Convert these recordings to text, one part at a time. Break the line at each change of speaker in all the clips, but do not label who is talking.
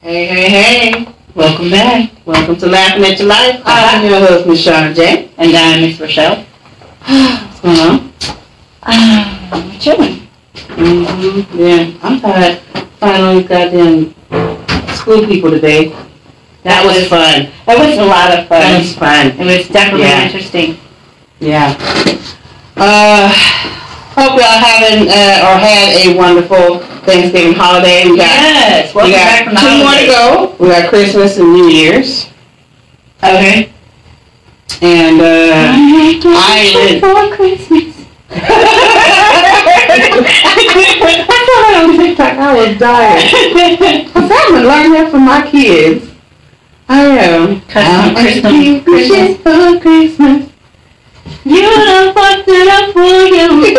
Hey, hey, hey. Welcome back. Welcome to Laughing at Your Life.
Ah.
I'm your host, Miss Shauna J.
And I'm Miss Rochelle.
What's going on?
I'm chilling.
Mm-hmm. Yeah, I'm tired. Finally, goddamn school people today. That was fun.
That was a lot
That
of fun.
was fun.
It was definitely
Yeah.
interesting.
Yeah. Uh, hope y'all having uh, or had a wonderful Thanksgiving holiday. We got,
yes. Welcome
we got
back from the
two more to
holidays.
go. We got Christmas and New Year's,
Okay.
and uh,
I
I did-
for Christmas.
I saw that on TikTok. I was dying. Cause I haven't learned that from my kids. I am.
Christmas, Christmas, Um, Christmas.
for Christmas.
You done fucked it up for you.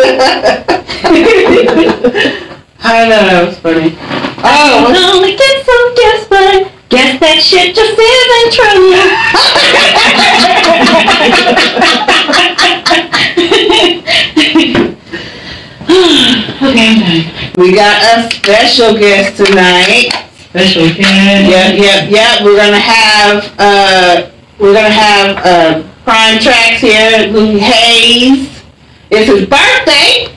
I know that was funny. Oh,
I
what's
only get some guess, but guess that shit just isn't true. okay, I'm done.
We got a special guest tonight.
Special guest.
Yep, yep, yep. We're gonna have uh, we're gonna have uh, Prime Tracks here. Louis Hayes. It's his birthday.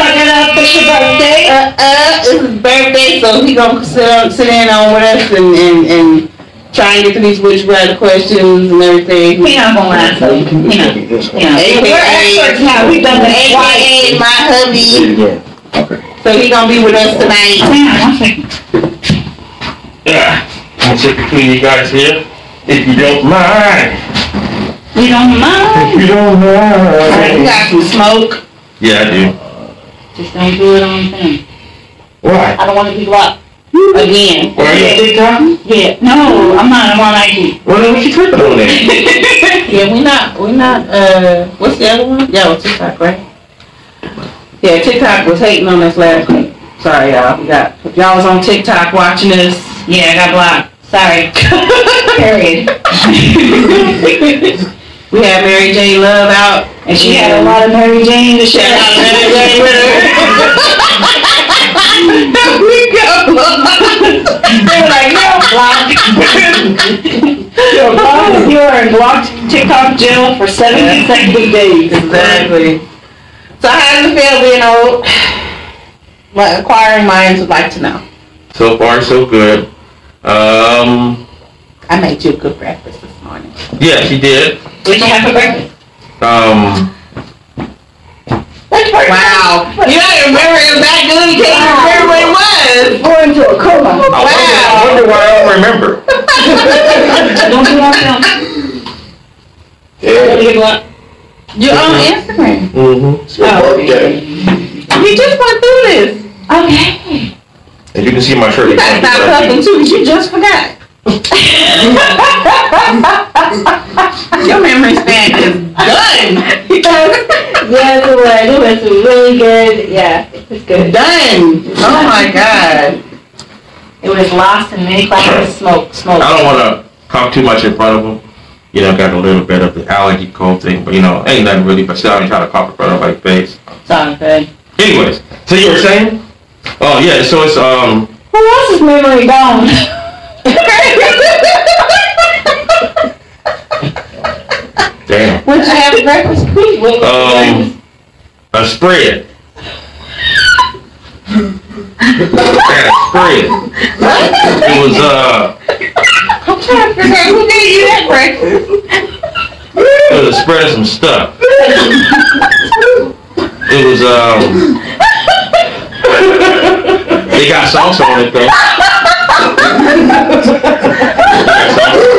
Fuck it up, it's your birthday.
Uh, uh, it's his birthday, so he gonna sit on, sit in on with us and and, and try and get to these witch brother questions and everything.
We not gonna lie, so, you know, you know.
AKA,
We're experts now, we've done this
AKA
twice.
my hubby.
Okay.
So he gonna be with us tonight.
Hang on one second.
Yeah. I'll check between you guys here. If you don't mind.
We don't mind,
you don't
Alright, we got some smoke.
Yeah, I do.
just don't do it on film.
Why?
I don't wanna be locked again.
Why are you big time?
Yeah, no, I'm not, I'm on IG.
Well, then what you tripping on that?
Yeah, we not, we not, uh, what's the other one? Yeah, well, TikTok, right? Yeah, TikTok was hating on us last week. Sorry, y'all. We got, if y'all was on TikTok watching us.
Yeah, I got blocked, sorry. Period.
we had Mary J. Love out.
And she had a lot of Mary Jane to share.
Shout out Mary J. with her. There we go.
They were like, you're blocked. You're blocked, you are in blocked TikTok jail for seven consecutive days.
Exactly. So how does it feel being old? What inquiring minds would like to know.
So far, so good. Um,
I made you a good breakfast this morning.
yeah, she did.
What'd you have for breakfast?
Um,
Wow. You don't even remember it was that good. You can't even remember what it was.
Going to a coma.
Oh,
I wonder, I wonder why I don't remember.
Don't do that film.
Yeah.
You're on uh, Instagram.
Mm-hmm. It's your birthday.
You just went through this.
Okay.
And you can see my shirt.
You gotta stop hugging too, 'cause you just forgot. Your memory span is done.
Yes, it was. It was really good. Yeah, it was good.
Done. Oh my god.
It was lost in many clouds of smoke. Smoke.
I don't want to talk too much in front of them. You know, got a little bit of the allergy cold thing, but you know, ain't nothing really. But still, I ain't trying to cough in front of my face.
Sound good.
Anyways, so you were saying? Oh yeah, so it's um.
Who else's memory gone?
Damn.
What you have for breakfast? Please, what
Um, a spread. I had a spread. It was uh,
I'm trying to figure out who gave you that breakfast.
it was a spread of some stuff. It was um. They got salsa on it though. Got salsa on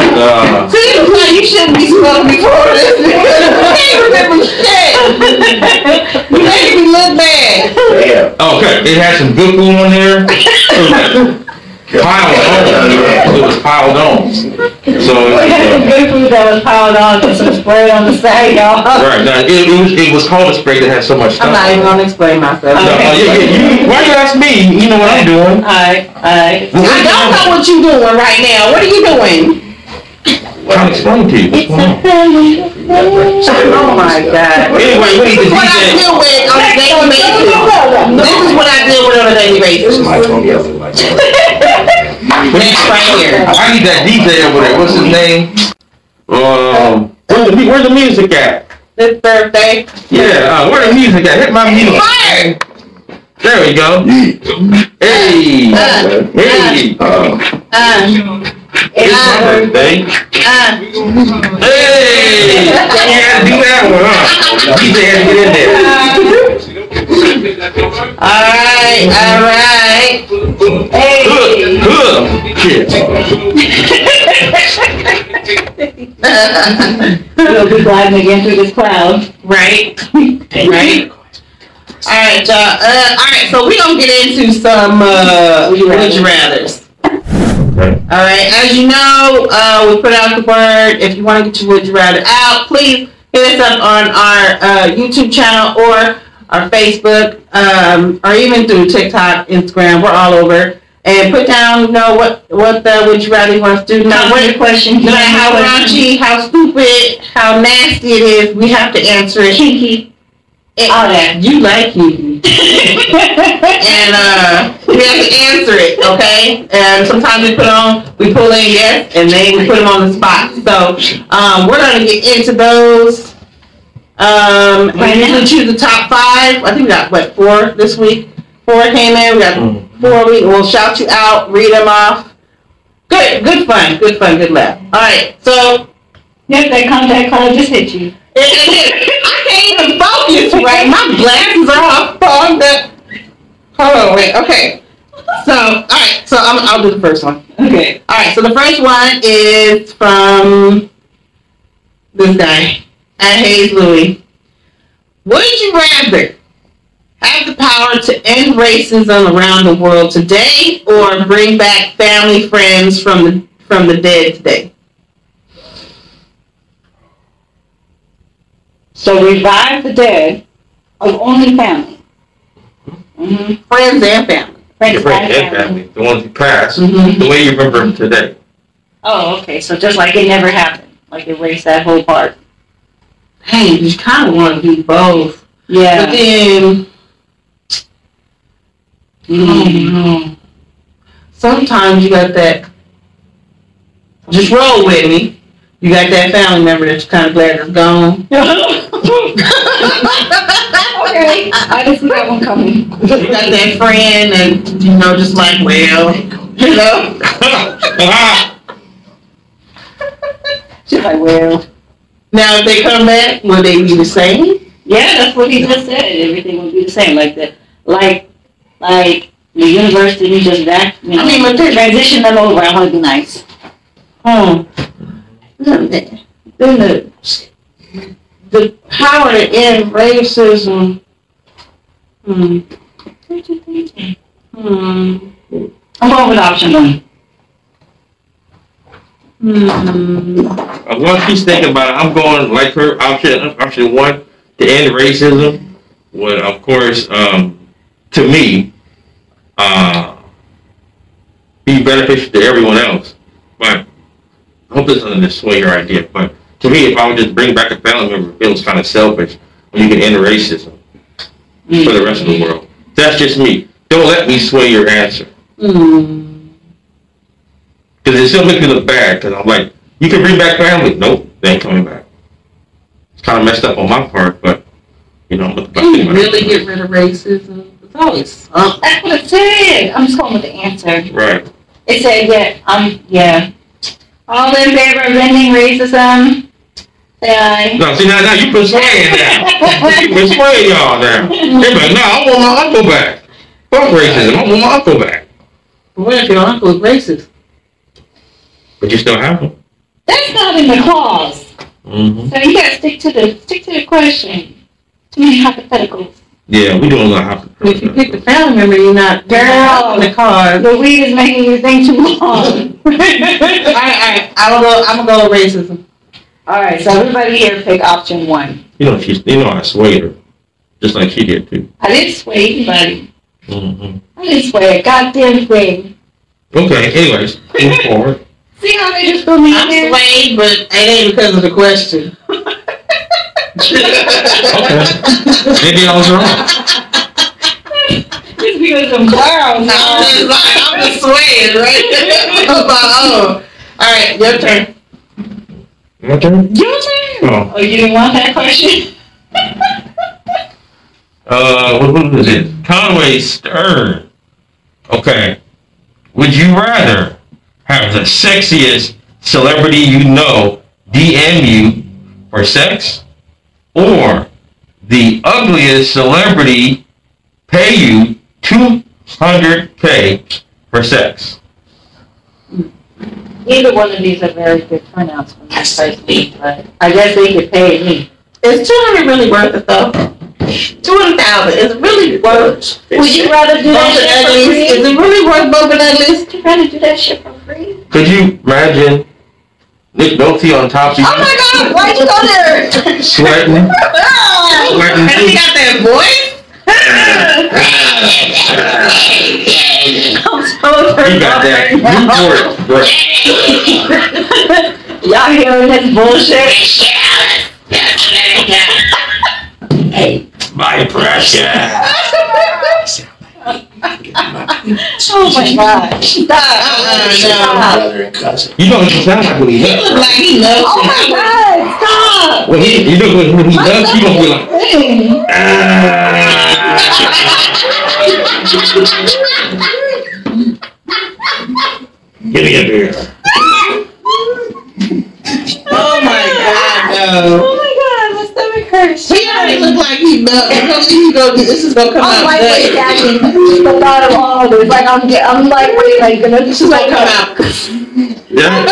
it. Uh,
See, this is why you shouldn't be smoking before this. You can't remember shit. You made me look bad.
Yeah.
Okay, it had some good food on there. It was piled on. It was piled on. So
We had some
it was, uh,
good food that was piled on to some spread on the side, y'all.
right now, it, it was it was called a spray that had so much stuff.
I'm not even gonna explain myself.
No, uh, yeah, yeah, you, why you ask me? You know what I'm doing.
Alright, alright.
I don't know what you're doing right now. What are you doing?
I'll explain to you what's going on.
Oh my God.
Anyway, we need
This
to
is what I
DJ.
deal with on a daily basis. This is what I deal with on a daily basis. That's right here.
I need that DJ over there. What's his name? Um, where's the, mu- where's the music at?
This birthday.
Yeah, uh, where the music at? Hit my music.
Fire!
There we go. Hey, hey,
Uh,
it's my birthday.
uh.
Hey, you had to do that one, huh? DJ had to get in there.
Alright, alright.
Good, good. Kids.
We'll be gliding again through this cloud.
Right, right. Alright, y'all. Uh, alright, so we gonna get into some, uh, would you rathers.
Okay.
All right. As you know, uh, we put out the word. If you want to get your would you rather out, please hit us up on our uh, YouTube channel or our Facebook, um, or even through TikTok, Instagram. We're all over. And put down, you know, what what the would you rather you want us to do. Now, what,
question.
no matter how raunchy, how stupid, how nasty it is, we have to answer it.
Kinky.
And-
All that.
You like you. and uh, we have to answer it, okay? And sometimes we put on, we pull in yes, and then we put them on the spot. So um, we're gonna get into those. Um, we
Right
usually choose the top five. I think we got what four this week. Four came in. We got four. We will shout you out, read them off. Good, good fun, good fun, good laugh. All right, so.
Yep, that contact cloud just hit you.
I can't even focus right. My glasses are all fogged up. Hold on, wait. Okay. So, all right. So I'm, I'll do the first one.
Okay.
All right. So the first one is from this guy at Hayes Louis. Would you rather have the power to end racism around the world today, or bring back family friends from the from the dead today?
So revive the dead of only family. Mm-hmm.
Friends and family.
Your friend and family, the ones who passed,
Mhm.
the way you remember them today.
Oh, okay. So just like it never happened. Like erase that whole part.
Hey, you kind of want to do both. But
Yeah.
then,
Mm.
oh no. Sometimes you got that. Just roll with me. You got that family member that you're kind of glad is gone.
okay.
you
I didn't see that one coming.
got that friend, and you know, just like, well, you know.
She's like, well.
Now, if they come back, will they be the same?
Yeah, that's what he just said. Everything would be the same. Like that. Like, like the universe didn't just that. You know,
I mean, but there's-
transition them over. I want to be nice.
Hmm. Then the the power to end racism. Hmm. Hmm.
I'm going with option one.
Hmm.
Uh, Once she's thinking about it, I'm going like her option option one to end racism. Well, of course, um, to me, uh, be beneficial to everyone else. But I hope this doesn't just sway your idea. But to me, if I would just bring back a family member, it feels kind of selfish when you can end racism for the rest of the world. That's just me. Don't let me sway your answer.
Hmm.
Because it still makes me look bad. Because I'm like, you can bring back family. Nope, they ain't coming back. It's kind of messed up on my part, but you know, look
Can you really get rid of racism? It's always uh,
That's what it said. I'm just going with the answer.
right.
It said, yeah, um, yeah. All in favor of ending racism? Say aye.
No, see now, now you persuading now. you persuading y'all now. They like, no, I want my uncle back. Fuck racism. I want my uncle back.
what if your uncle is racist?
But you still have him.
That's not in the clause.
Mm-hmm.
So you gotta stick to the, stick to the question. Too many hypotheticals.
Yeah, we doing a lot of
If you pick the family member, you're not you're not
Girl.
on the card.
The weed is making you think too long.
All right, all right. I'm gonna go. I'm gonna go with racism.
Alright, so everybody here pick option one.
You know, she's, you know, I swayed her, just like she did too.
I didn't sway anybody.
Mm-hmm.
I didn't sway a goddamn thing.
Okay. Anyways, move forward.
See how they just threw me in
I'm
there?
swayed, but it ain't because of the question.
Maybe I was wrong.
Just because I'm clowns.
I'm just
No.
like, I'm just swayed, right? I'm like, oh. All right, your turn.
My turn?
Your turn.
Oh.
Oh, you didn't want that question?
Uh, what what was it? Conway Stern. Okay. Would you rather have the sexiest celebrity you know DM you for sex, or the ugliest celebrity pay you two hundred k for sex?
Neither one of these are very good pronouns for me personally, but I guess they could pay me.
Is 200 really worth it though? 200,000 is it really worth it?
Would you rather do that
bumping
shit for
uglies? Is
free?
it really worth bumping uglies?
Would you rather do that shit for free?
Could you imagine Nick Nolte on top of you
Oh my god, why'd you go there?
sweating?
Oh, and she got that voice? I'm so
You
turned
got
off
that
right now.
Newport breath.
Y'all hearing this bullshit?
My precious.
Oh my god.
Stop. Stop.
brother and cousin.
You know what you sound like when he
Uh, He
does.
looked like he loves
Oh my god, stop!
When he, you know when, when he does, he gonna be like, ah. Give me a beer.
Oh my god, no.
Oh my god, my stomach hurts.
He already looked like he loves. He gonna, this is gonna come out
I'm like, wait,
good.
Daddy, the thought of all this, like, I'm, get- I'm like, wait, like, gonna,
This is gonna come out.
Yeah,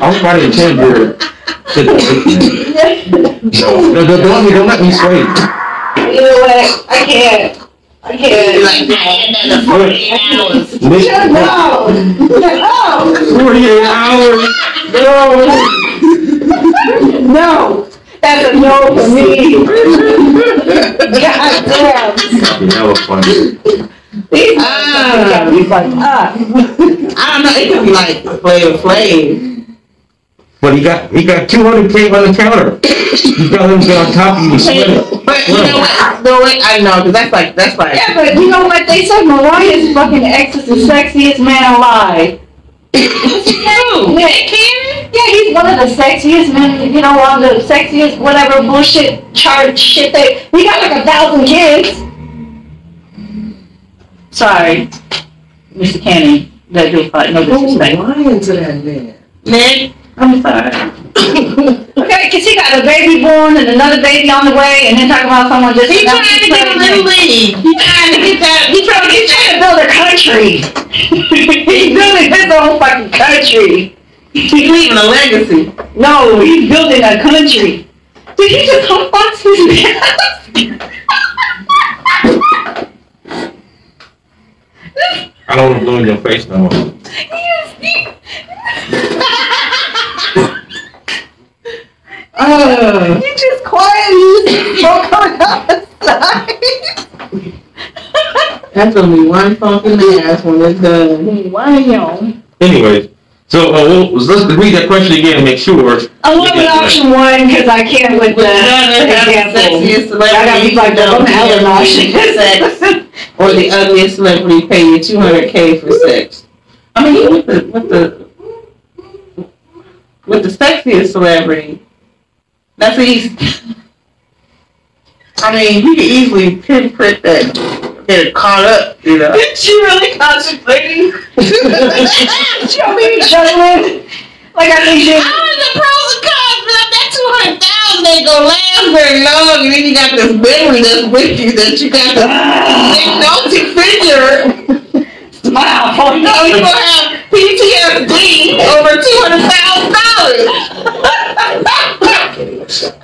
I'm about to change your. No, no, no, don't, don't let me sway.
Either way, I can't, I can't.
like that. hours.
Nick,
Shut up! Shut up!
48 hours.
No! No! That's a no for me. God damn.
That was funny.
These
Ah.
motherfuckers gotta be fucked up.
I don't know. It could be like Flavor Flav.
But he got, he got 200k on the counter. You got him to get on top of you sweating.
But you know what? No, wait. I know because that's like that's like.
Yeah, but you know what they say? Mariah's fucking ex is the sexiest man alive.
Who?
Nick Yeah, he's one of the sexiest men, you know, on the sexiest whatever bullshit chart shit they. He got like a thousand kids.
Sorry, Mr. Cannon, that do fight,
Oh,
no disrespect.
lying to that man. Nick.
I'm sorry.
Okay, because he got a baby born and another baby on the way, and then talking about someone just.
He trying to get a little league. He trying to get that. He trying to
He's
get
trying to
that.
build a country. he's building his own fucking country.
He's leaving a legacy.
No, he's building a country. Did he just hump his man?
I don't want to blow in your face no more.
Oh.
You just quietly broke on outside.
That's gonna be one funky ass when it's done.
Anyways, so uh, we'll, let's read that question again and make sure.
I love it option one because I can't with
Would
the
you rather have the
example.
sexiest celebrity?
I gotta be like the
you know,
I'm Ellen
pay you
option.
for sex, or the ugliest celebrity pay you two hundred k for sex? I mean, with the with the with the sexiest celebrity, that's easy. I mean, you could easily pinprick that, get it caught up, you know.
She really contemplating.
You know me juggling? Like I think
How
she
is the pros and cons? But that two hundred thousand ain't gonna last very long. And then you got this memory that's with you that you got the noty figure.
smile for
No, you gonna have PTSD over two hundred thousand dollars.
Getting upset.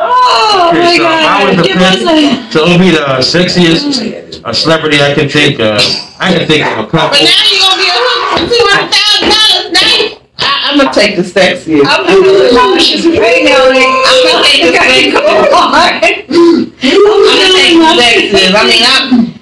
Oh
Okay, so I would
Give us a.
So it'll be the sexiest
Say that is-
uh, celebrity I can think of. I can think of a
But
couple.
now you gonna be a hook for two hundred thousand dollars. Now I, I'm gonna take the sexiest.
I'm feeling nauseous right now. Like,
I'm gonna take the
I
sexiest.
gotta go on.
I'm gonna take the sexiest. I mean, I'm.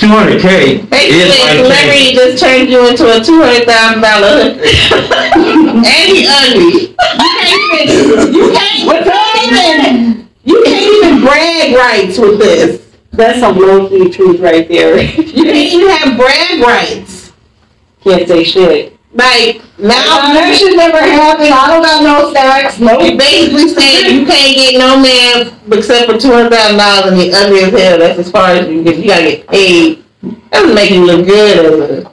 Two 200K is
Basically,
life changing.
celebrity just turned you into a two hundred thousand dollar and he ugly. You can't even. You can't.
What's
you can't even. You can't even brag rights with this.
That's some low key truth right there.
You can't even have brag rights.
Can't say shit.
Like now,
Uh, that should never happen. I don't got no sex.
you
Nope.
basically saying you can't get no man except for two hundred thousand dollars and you ugly as hell. That's as far as you can get. You gotta get paid. That doesn't make you look good. As a,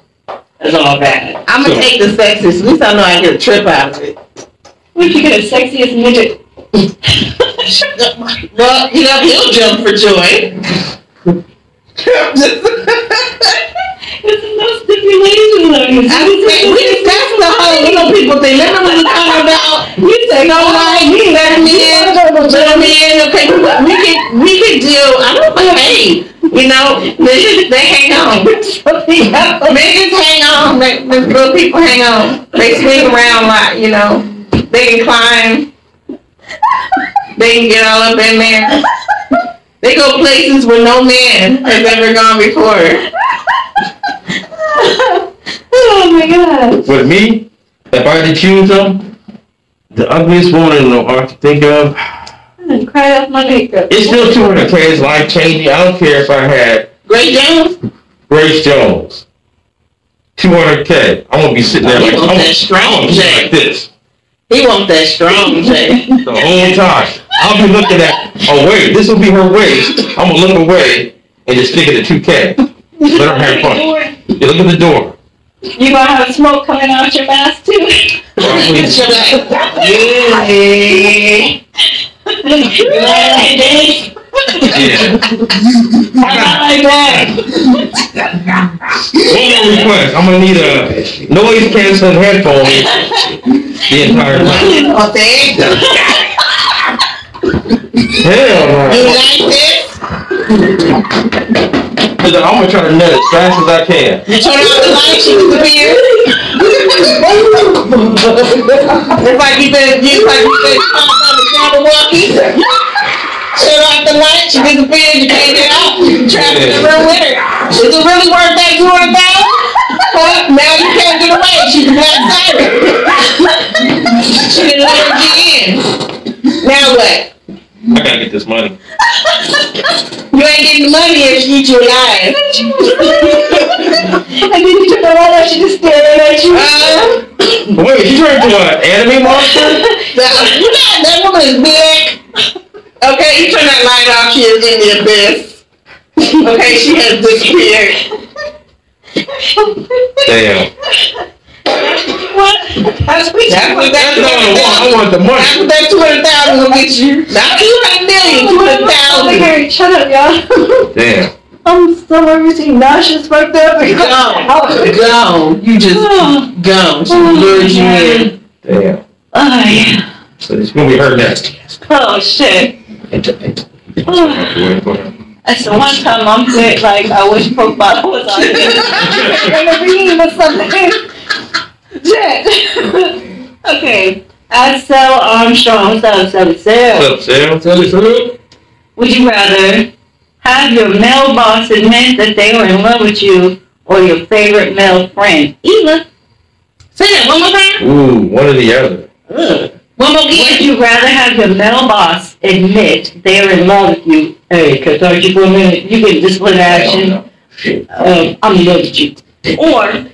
That's all bad.
I'm gonna
So-
take the sexist. At least I know I get a trip out of it.
We could get a sexiest midget.
well, you know, he'll jump for joy.
It's no stipulation on it.
I was saying, we that's the whole little people thing. Remember when we were talking about you say no like you better man, little man, okay, we we could we could do I don't know hey, you know, they, they hang on. Niggas hang on, they, the little people hang on. They swing around a lot, you know. They can climb. They can get all up in there. They go places where no man has ever gone before.
Oh my god.
With me, if I had to choose them, the ugliest woman in the art to think of,
I'm gonna cry off my makeup.
it's still 200K. It's life changing. I don't care if I had
Great Jones?
Grace Jones. 200K. I'm gonna be sitting there like,
You
I'm,
want
I'm
that strong
gonna be
J.
like this
He want that strong Jay.
the whole time. I'll be looking at, oh wait, this will be her waist. I'm gonna look away and just stick it at 2K. Let her have fun. You look at the door.
You gonna have smoke coming out your mask too?
Shut up. Yeah.
Yeah. One more request. I'm gonna need a noise canceling headphones the entire time.
Oh, thank you.
Hell
You
no.
like this?
'Cause I'm gonna try to nut as fast as I can.
You turn off the lights, you disappear. it's like you been, you like you been caught on the camera walkie. Turn off the lights, you disappear, you can't get out. You trapped in the room with her. Is it really worth that two hundred thousand? Well, now you can't get away. She's black siren. she didn't let her get in. Now what?
I gotta get this money.
You ain't getting the money if she eats you alive.
And then you turn around and she just staring at you.
Uh,
Wait, she turned into an anime monster?
That, you know, that woman is big. Okay, you turn that light off, she is in the abyss. Okay, she has disappeared.
Damn.
That's what that's what
That's not what I want.
that
I want the
that's what
money.
that two hundred thousand will get you. Not two hundred million, two hundred thousand.
Gary, shut up, y'all.
Damn.
I'm still everything nauseous right there.
Go, go. You just go. She lures you in.
Damn.
Oh, yeah.
So it's gonna be her next.
Oh, shit. That's the one time I'm sick, like, I wish Coke bottle was on And a reading or something. Shit. okay. Axel Armstrong, what's up, what's up, what's up?
What's up, Sam? Tell us up.
Would you rather have your male boss admit that they were in love with you or your favorite male friend? Either.
Say that one more time.
Ooh, one or the other.
Ugh. One more
Would
again.
you rather have your male boss admit they are in love with you? Hey, cause aren't you going to, you get disciplinary action,
Hell no. Shit.
um, I'm in love with you. Or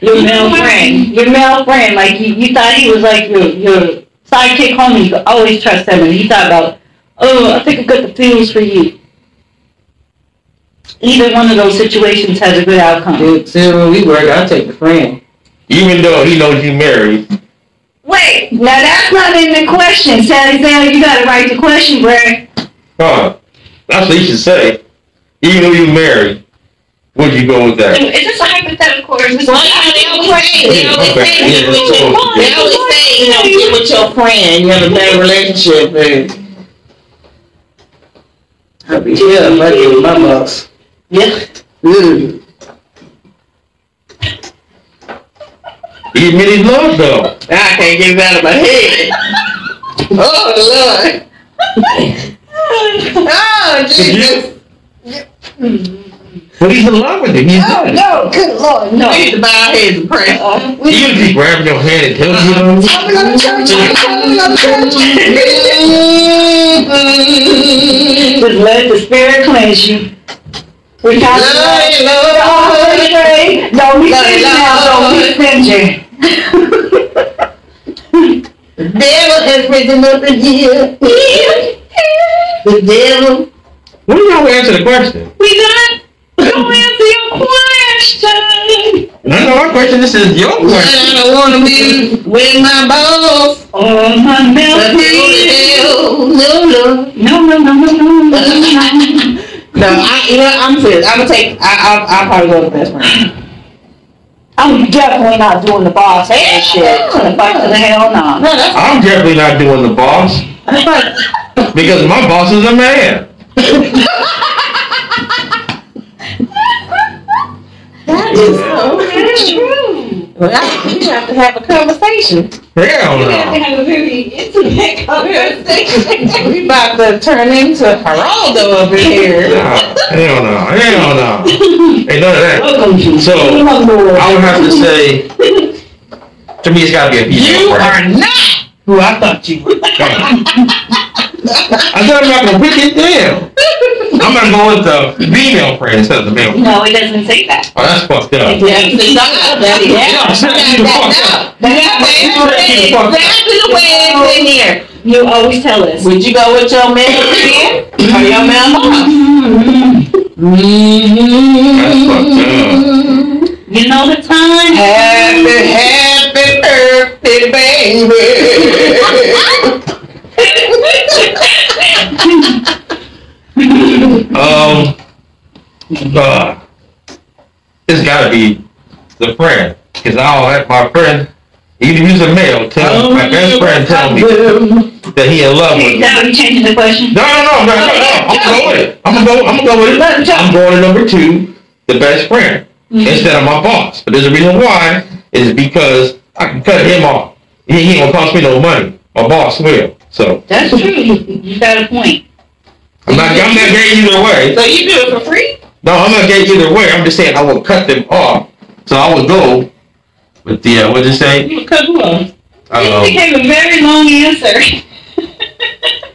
your male friend, your male friend, like you, you thought he was like your, your sidekick homie, you could always trust him and he thought about, oh, I think I've got the feelings for you. Either one of those situations has a good outcome.
Dude, see where we work, I'll take the friend.
Even though he knows you married,
Wait, now that's not in the question. Sally Sally, you gotta write the question, Brad.
huh? That's what he should say. Even though you married, would you go with that?
It's just a hypothetical.
Well, you know, they always say, they always
Okay.
say, get with your, they always say, you know, get with your friend, you have a better relationship, and
I'll be here, I'm ready with my boss.
yeah.
Ooh.
He admitted love though.
I can't get it out of my head. Oh Lord. Oh
Did
Jesus.
But he's in love with her. He's done.
No, good lord, no.
We need to bow our heads and pray.
Oh,
You just grab your hand and tell him.
I'm gonna church, I'm gonna church.
Just let the spirit cleanse you. We got
Lord,
to
Lord,
pray. Don't be
Lord,
stingy now. Don't be stingy.
devil has risen up in here. The devil.
What do y'all answer the question?
We not go answer your question.
No, no, my question. This is your question.
I don't want to be with my boss.
Oh my
The
melody.
devil. No, no.
No, no, no, no, no, no, no.
No, I, you know, I'm serious. I'm gonna take. I, I, I'll probably go with best friend.
I'm definitely not doing the boss ass shit. The fuck to the hell no.
No, that's.
I'm definitely not doing the boss because my boss is a man.
That is so true. Well, that's, we have to have a conversation.
Hell no.
have a very intimate
we about to turn into Geraldo over here.
Nah, hell no. Hell no. Ain't none of that.
Welcome to
So
the Lord.
I would have to say, to me, it's got to be a female.
You
friend.
are not who I thought you were.
I said I'm not gonna pick it down. I'm gonna go with the female friend instead of the male. friend.
No, it doesn't say that.
Oh, that's fucked up.
Yes, it's not that is.
Yeah,
That's
shut the fuck
that-
up.
no. That's
Shut the fuck up.
exactly the way it's in here.
You always tell us.
Would you go with your man friend or your man boss?
That's fucked up.
You know the time.
Happy, happy birthday, baby.
Um, uh, it's gotta be the friend, cause I'll let my friend, even if he's a male, tell my best friend tell me that he in love with
Is
me.
that what you changing the question?
No, no, no, no, no, no. I'm gonna go with it. I'm gonna go. I'm gonna go with it. I'm going to number two, the best friend, instead of my boss. But there's a reason why. Is because I can cut him off. He he ain't gonna cost me no money. My boss will. So
That's true. You got a point.
I'm not. I'm not gay either way.
So you do it for free?
No, I'm not gay either way. I'm just saying I will cut them off. So I will go. But yeah, what'd you say?
You cut who off?
I
This
don't know.
became a very long answer.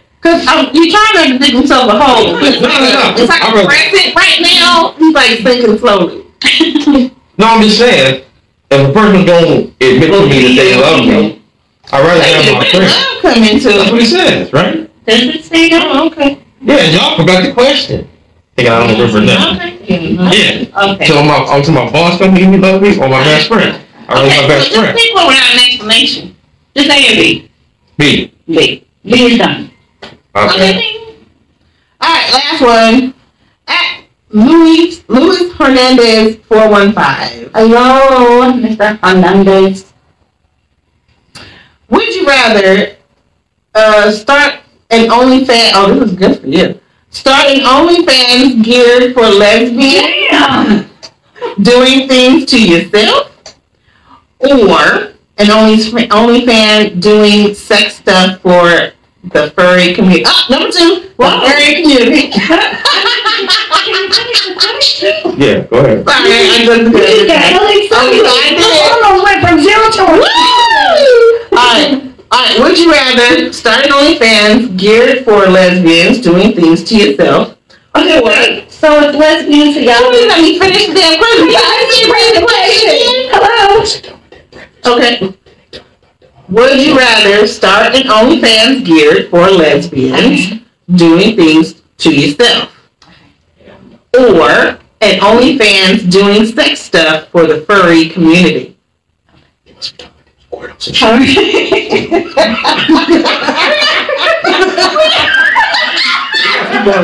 Cause um, you trying to dig himself a hole. It's like
No, no,
a,
no.
it's like
I
a
really-
crescent right now. He's like sinking slowly.
No, I'm just saying if a person don't admit to me that they love me, I'd rather have my friend.
Love come into
That's
it.
what he says, right?
Does it say that?
Oh, okay.
Yeah, y'all forgot the question. Think I don't remember nothing. Yeah.
Okay.
So my, I'm to my boss don't even love me or my best friend. I love my
Okay,
best
so just
friend.
pick one without an explanation.
Just A and B.
Me.
B. B is done.
Okay.
Alright, last one. At Luis, Luis Hernandez 415.
Hello, Mr. Hernandez.
Would you rather uh, start an OnlyFans? Oh, this is good for you. Start an OnlyFans geared for lesbians?
Damn.
doing things to yourself or an only OnlyFans doing sex stuff for the furry community. Oh, number two,
Wow.
the furry community.
Yeah, go
Sorry,
ahead.
I just did that.
Oh,
Alright, alright, would you rather start an OnlyFans geared for lesbians doing things to yourself?
Okay, wait. So it's lesbians and y'all.
Please let me finish the damn question. I didn't read the question.
Hello.
Okay. Would you rather start an OnlyFans geared for lesbians doing things to yourself? Or an OnlyFans doing sex stuff for the furry community? people in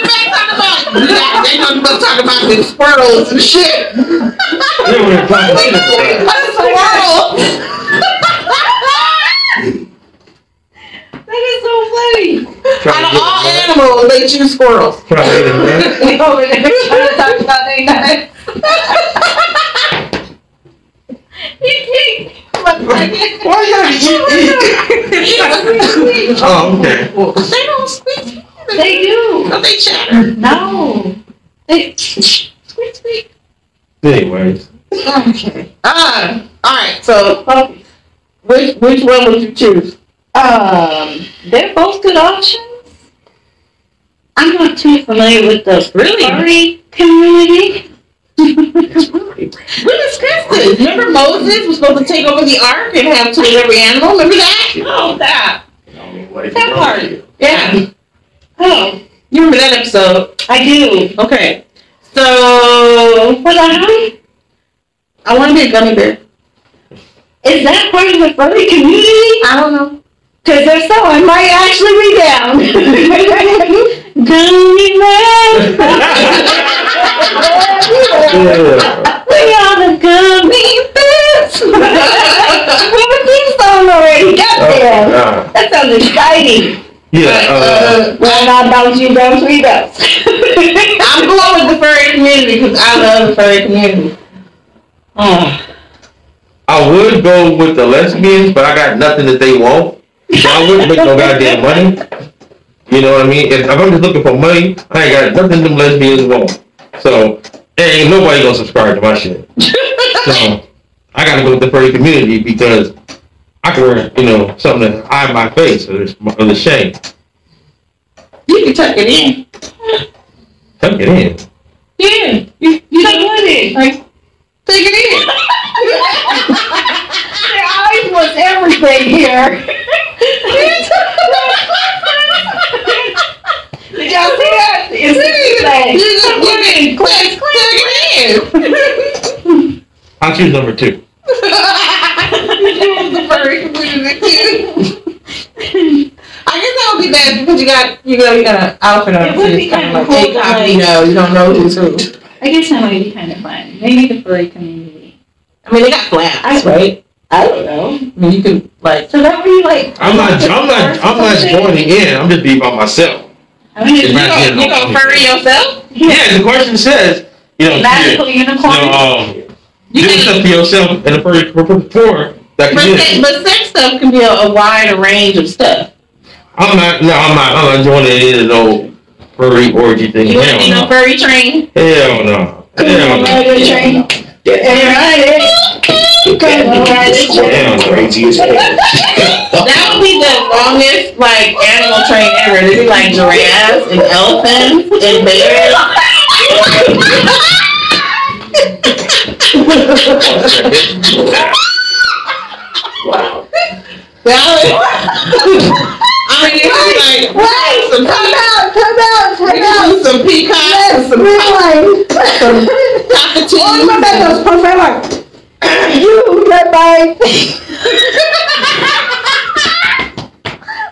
the back talking about? Nah, They talking about talking about the squirrels and shit.
Yeah, we're talking shit.
Oh That is so funny.
Trying
Out
to
of all
get it, man.
animals, they choose squirrels.
Trying to get it,
We
man.
over there trying to talk about they nuts.
they
Oh, okay.
don't speak.
They do.
They chatter.
No.
Squeak, squeak.
Anyways.
Okay. Uh, all right. So, which which one would you choose?
Um, they're both good options. I'm not too familiar with the
Really?
furry community.
We discussed this. Remember Moses was supposed to take over the ark and have two of every animal? Remember that? Oh, that. That part. Yeah.
Oh,
You remember that episode?
I do.
Okay. So,
Was I right?
I want to be a gummy bear.
Is that part of the furry community?
I don't know.
Because if so, I might actually be down. Gummy man.
Yeah.
we are the gummy bears. we were theme song already.
Oh,
Goddamn.
Uh,
That sounds exciting.
yeah. Uh,
When I bounce you down three bells.
I'm going with the furry community because I love the furry community. Oh.
I would go with the lesbians, but I got nothing that they want. So I wouldn't make no goddamn money. You know what I mean? If, if I'm just looking for money, I ain't got nothing them lesbians want. So there ain't nobody gonna subscribe to my shit. so I gotta go with the furry community because I can wear, you know, something to hide my face or this or the shame.
You can tuck it in.
Tuck it in.
Yeah. You, you tuck it in. Like, tuck it in.
Their eyes was everything here. Did y'all see that? It's
You
the
just tuck it in. Click, click, click it in.
I'll choose number two.
the furry community too. I guess that would be bad because you got you know you got an outfit on.
It would be
It's kinda
kinda cool
hey,
to,
cop,
like-
you know you don't know who's who.
I guess that might be kind of fun. Maybe the furry community.
I mean they got flaps, right?
I don't know.
I mean you could like
So that would be like.
I'm not I'm not I'm not joining in, I'm just being by myself.
I mean,
It's
it's
you
not-
gonna, you gonna furry yourself?
Yeah, the question says, you know,
magical
you
unicorn.
know, um,
You
do stuff
can,
to yourself in a furry for that
but, se-
community.
but sex stuff can be a, a wide range of stuff.
I'm not, no, I'm not, I'm not joining in to no furry orgy thing.
You
Hell
wouldn't be no
no.
furry train.
Hell no. Hell no.
Murder train.
Hell no.
Crazy as hell.
That would be the longest like animal train ever. It'd be like giraffes and elephants and bears.
Wow.
That was, I mean, it was like, wait, some peacocks,
Come out, come out.
some peacocks, some
Oh, my bad,
cockatoos.
those perfect. You, bye bye.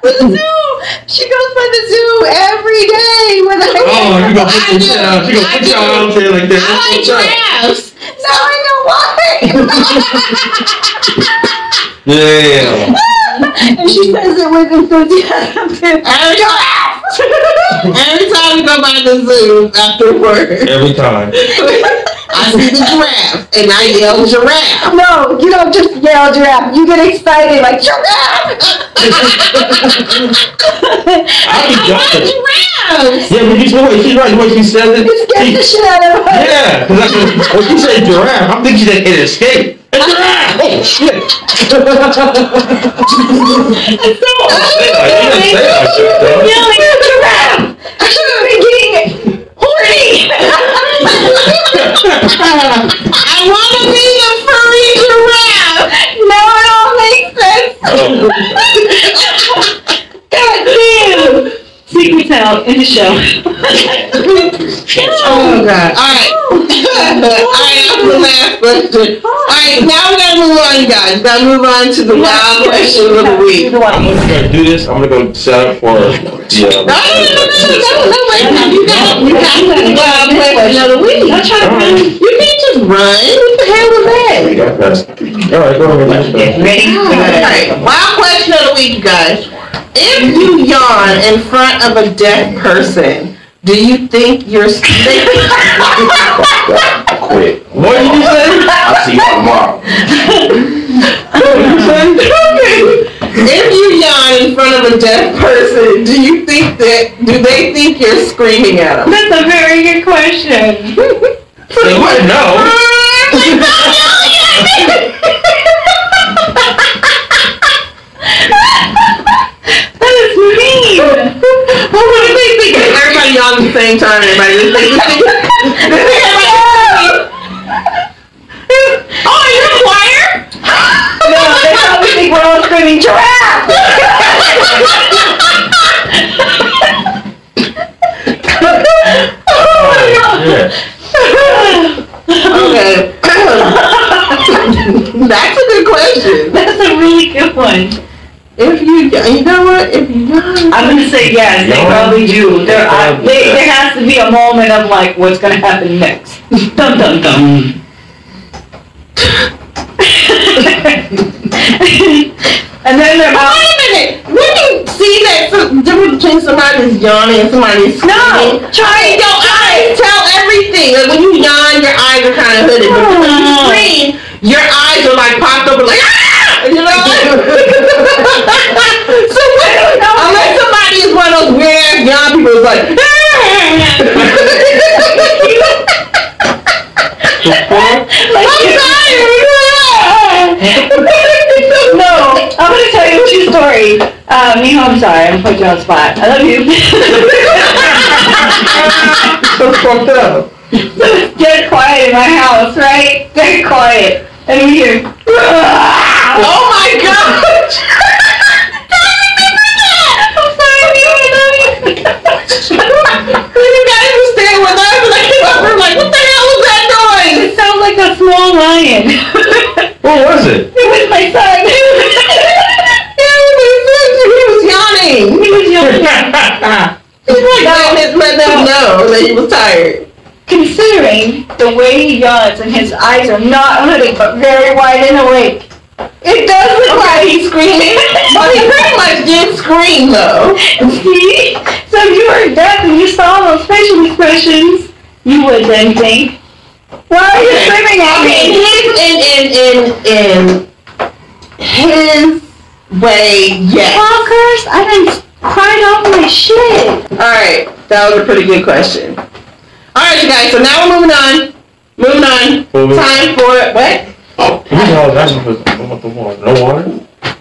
The zoo. She goes by the zoo every day. When I
Oh, you gonna put
I
some
do,
shit out. You gonna
I
put
do.
y'all out there like that.
I like
That's what's up.
giraffes.
Now I know
Yeah.
why. And she says it with enthusiasm.
Every time, every time we go by the zoo after work,
Every time.
I see the giraffe and I yell giraffe.
No, you don't just yell giraffe. You get excited like giraffe.
I'll be jumping.
I
Yeah, but you know what? She's right. The way she says it.
You scared the shit out of her.
Yeah, because I said, when she said giraffe, I'm thinking that it escaped. A giraffe! Oh, shit!
like
That's
giraffe. I want to be a furry giraffe. No, it all makes sense.
God damn. Secrets out in the show.
Oh god. All right. All right. That's the last question. All right. Now we gotta move on, you guys. We gotta move on to the wild question of the week.
I'm gonna do this. I'm gonna go set up for the. uh,
No, no, no, no, no, no, no, wait, no, you got, you got the wild question of the week.
Don't try to run.
You can't just run. What the hell was that?
Alright, go ahead.
Alright, wild question of the week, you guys. If you yawn in front of a deaf person, do you think you're sleeping?
Quit.
What did you say?
I'll see you tomorrow.
if you yawn in front front of a deaf person, do you think that, do they think you're screaming at them?
That's a very good question.
They might know.
That is mean.
Well, what do they think? Everybody yelling at the same time. Everybody just think. They think everybody Oh, you're a choir?
No, they probably think we're all screaming giraffe.
Yeah.
Okay. That's a good question.
That's a really good one.
If you, you know what? If you young,
I'm gonna say yes. They
No.
probably do. There, I,
Yeah.
they, there has to be a moment of like, what's gonna happen next? Dum dum dum. and then um, they're
But
out.
wait a minute. When you see that some difference between somebody who's yawning and somebody who's
No,
screaming,
try it.
your eyes tell everything. Like when you yawn, your eyes are kind of hooded, but when you
Oh.
scream, your eyes are like popped open, like ah, you know. so when, unless somebody is one of those weird ass yawn people, who's like. I'm tired.
No, I'm gonna tell you a true story. Uh, Miho, I'm sorry. I'm putting you on the spot. I love you.
so fucked up.
Dead quiet in my house, right? Dead quiet. And we hear.
Oh my gosh!
I'm sorry, I love you.
you guys were staying with us, and I came over like, what the hell is that noise?
It sounds like a small lion. it
What was it?
was my son.
He was yawning.
he was young.
He was like, letting them know that he was tired.
Considering the way he yawns and his eyes are not hooded but very wide and awake, it does look like
He's screaming, but he pretty much did scream though.
See? So if you were deaf and you saw those facial expressions, you would then think, why are you screaming at
Okay,
me?
his and and and and his way, yes.
Fuckers, I done cried off my shit.
All right, that was a pretty good question. All right, you guys. So now we're moving on. Moving on. Time for what?
Oh, you know, that's what I'm with the water. No water?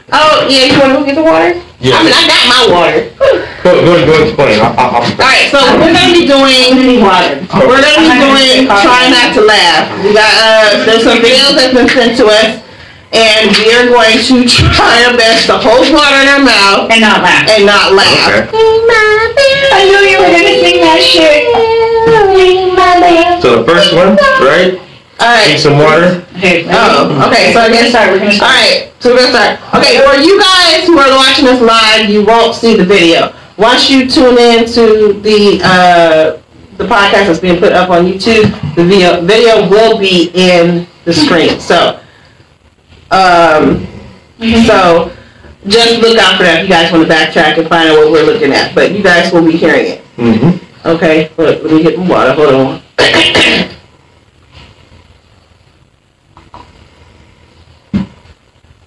Oh, yeah, you want to go get the water? I mean,
Yeah.
I got my water.
Go, go, go explain. I, I, I'm
All right, so we're going to be doing,
Any water.
we're going to be doing Try Not to Laugh. We got, uh, there's some videos that's been sent to us, and we are going to try our best to hold water in our mouth
And not laugh.
and not laugh.
I knew you were gonna sing that shit.
So the first one, right?
All
Need
right.
some water?
Okay,
Oh, okay, so I
we're gonna
guess
start, we're gonna
All
start.
right, so we're gonna start. Okay, for you guys who are watching us live, you won't see the video. Once you tune in to the uh, the podcast that's being put up on YouTube, the video video will be in the screen. So, um, so just look out for that if you guys want to backtrack and find out what we're looking at. But you guys will be hearing it.
Mm-hmm.
Okay, look, let me get my water. Hold on.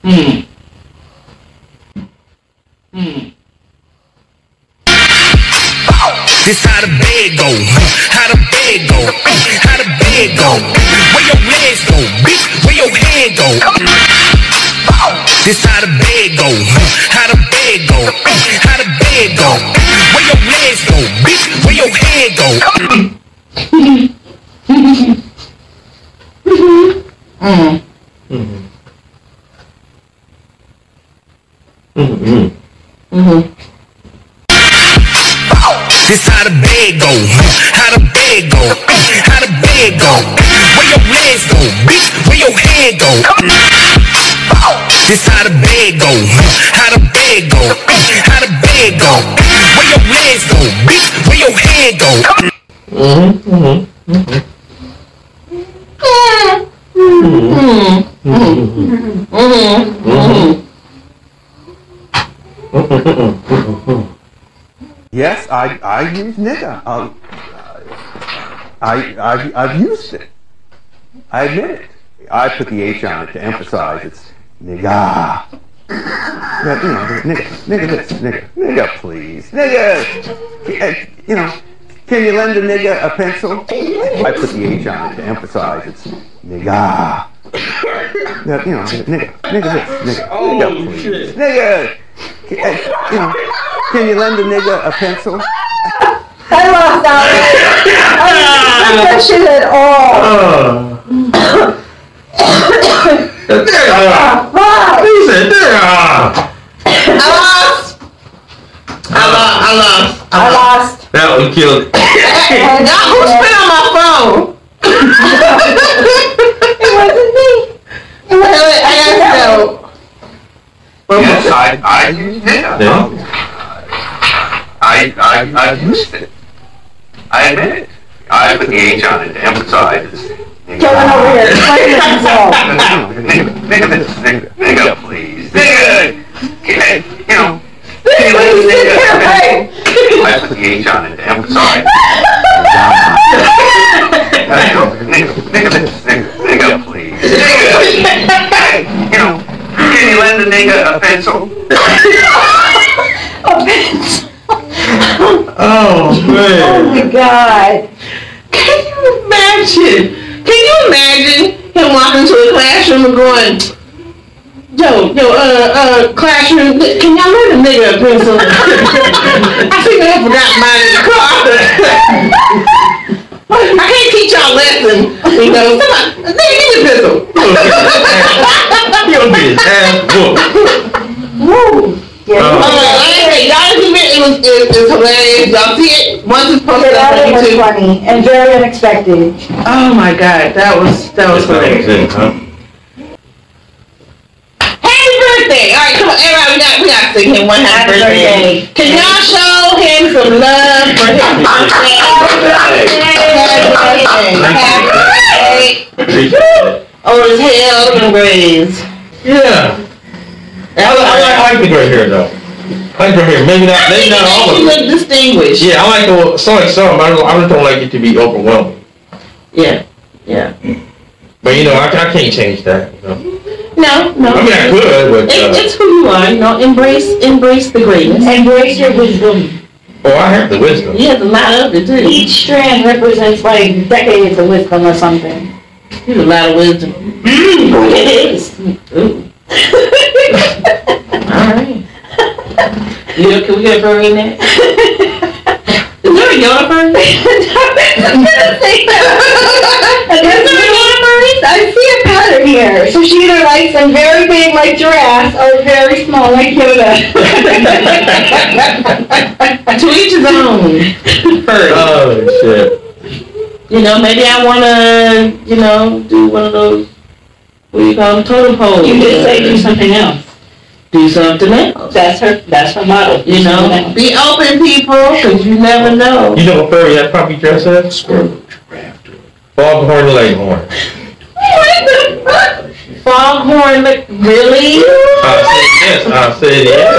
Hmm.
This how the bed go, how the bed go, how the bed go. Where your legs go, bitch, where your head go. This how the bed go, how the bed go, how the bed go. Where your legs go, bitch, where your head go.
Mm-hmm. Mm-hmm.
This how the bed go, how the bed go, how the bed go. Where your legs go, bitch, where your head go. This how the bed go, how the bed go, how the bed go. Where your legs go, bitch, where your head go.
Mm-hmm. Mm-hmm. Mm-hmm. Mm-hmm.
Mm-hmm.
Mm-hmm.
Yes, I, I use nigga. Um, I, I've, I've used it. I admit it. I put the H on it to emphasize it's nigga.
But, you know, nigga, nigga, listen, nigga, nigga, please, nigga. eh, You know, can you lend a nigga a pencil? I put the H on it to emphasize it's nigga. Now, you know, nigga, nigga, this, nigga, nigga, please,
shit.
nigga. eh, You know, can you lend a nigga a pencil?
I lost out. I didn't like that shit at all.
Uh, there, uh,
Fuck.
he said, there, uh.
I lost. I lost. I lost.
I lost.
That one killed it.
And
Now who spit on my phone?
It wasn't me. It wasn't
Really, I gotta know.
Yes, I, I used it.
Yeah.
Um, I, I, I used it. I admit it. I put the H on it to emphasize it's
Kevin
nigga.
over here explaining himself.
Nigga, nigga, this, nigga, nigga, please. Nigga! Can- You know, can you let me nigga? I put the H on it to emphasize. Nigga, nigga, this, nigga, nigga, please. Nigga! You know, can you lend a nigga a pencil?
Oh,
Oh
man.
my god.
Can you imagine? Can you imagine him walking to a classroom and going, Yo, yo, uh, uh, classroom, can y'all let a nigga a pencil? I think I forgot mine in the car. I can't teach y'all lesson. You know, somebody, nigga, give me a pencil.
Oh You'll be ass whooped.
Oh,
Yeah,
yeah, like I said, y'all didn't admit it was it, it's hilarious. Y'all see it once it's
it
posted up on
already was
YouTube.
funny and very unexpected.
Oh my god, that was that was
That's what I'm
hilarious.
saying, huh?
Happy birthday! All right, come on, everybody, we got we got to sing him one happy
Happy
birthday. Can y'all show him some love for his birthday? Happy birthday! Happy birthday!
Appreciate it.
Oh, his hell and raised.
Yeah. I, li- I, like, I like the gray hair, though. I like gray hair. Maybe not,
I
maybe
think
not all
he
of it.
look distinguished.
Yeah, I like the, some, some, but I don't, I just don't like it to be overwhelming.
Yeah. Yeah.
But, you know, I, I can't change that, you know.
No, no.
I mean, I could, but,
It,
uh,
it's who you are. You know, embrace embrace the greatness.
Embrace your wisdom.
oh, I have the wisdom.
You have a lot of it too.
Each strand represents like decades of wisdom or something.
You have a lot of wisdom. It is. Ooh. All right. You can we get a bird in that? Is there a Yoda bird?
And there's a little- I see a pattern here. So she either likes them very big like giraffes or very small like Yoda.
to each his own bird.
Oh, shit.
You know, maybe I wanna, you know, do one of those what do you call them, totem poles.
You did say do something else.
Do something else.
That's her. That's her model.
You know, be open, people, because you never know.
You know what furry I probably dress as? Squirrel. Foghorn leghorn.
Foghorn, look- really?
I said yes, I said yes.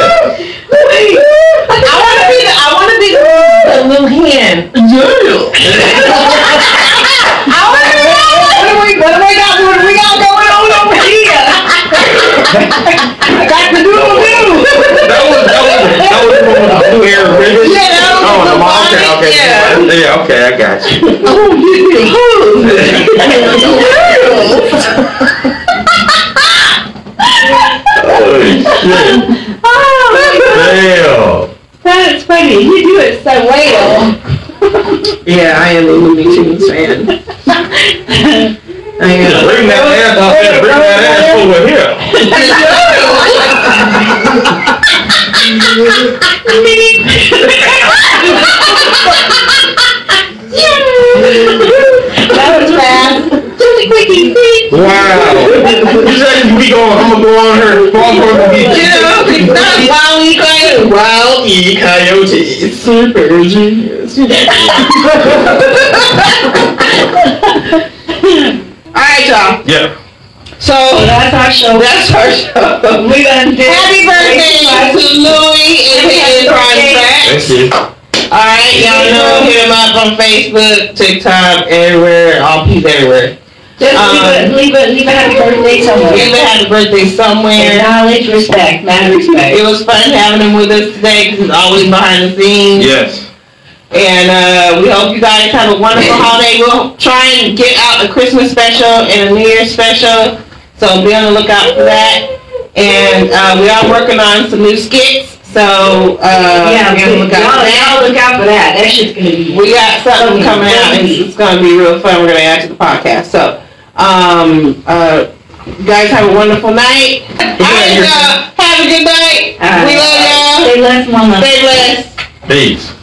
I want to be the, I want to be the, the little hen. I want to be that one. What do we, what do we got, what do we got going on over here? I got the
That was,
doo-doo.
that was, that was from the blue hair ribbon.
Yeah, that was
oh,
the
the mom, okay,
bonnet,
okay.
yeah.
Yeah, okay, I got you. Holy shit. Damn.
That's funny. You do it so well.
Yeah, I am a Looney Tunes fan. I
Just
am.
bring that ass up there, bring that ass over here.
That was fast.
Wow. You said you be going, I'm gonna go on her. Foghorn will be.
You know, it's not wild, you guys.
Wild E. Coyote is super genius.
All right, y'all.
Yeah.
So that's our show. That's our show.
We done did.
Happy birthday to Louis and his contract.
That's it.
All right, y'all know hit him up on Facebook, TikTok, everywhere, all peace everywhere.
Just
Um,
leave, a, leave, a, leave a happy birthday somewhere.
Gila had a birthday somewhere.
Acknowledge, respect, matter respect.
It was fun having him with us today because he's always behind the scenes.
Yes.
And uh, we hope you guys have a wonderful holiday. We'll try and get out a Christmas special and a New Year's special. So be on the lookout for that. And uh, we are working on some new skits. So uh,
Yeah,
be on the
y'all,
lookout for that.
y'all look out for that. That shit's gonna be.
We got something coming out and it's going to be real fun. We're going to add to the podcast. So um, uh, you guys have a wonderful night. All right, y'all. Have a good night.
All right.
We love y'all.
They left mama.
Stay blessed.
Peace.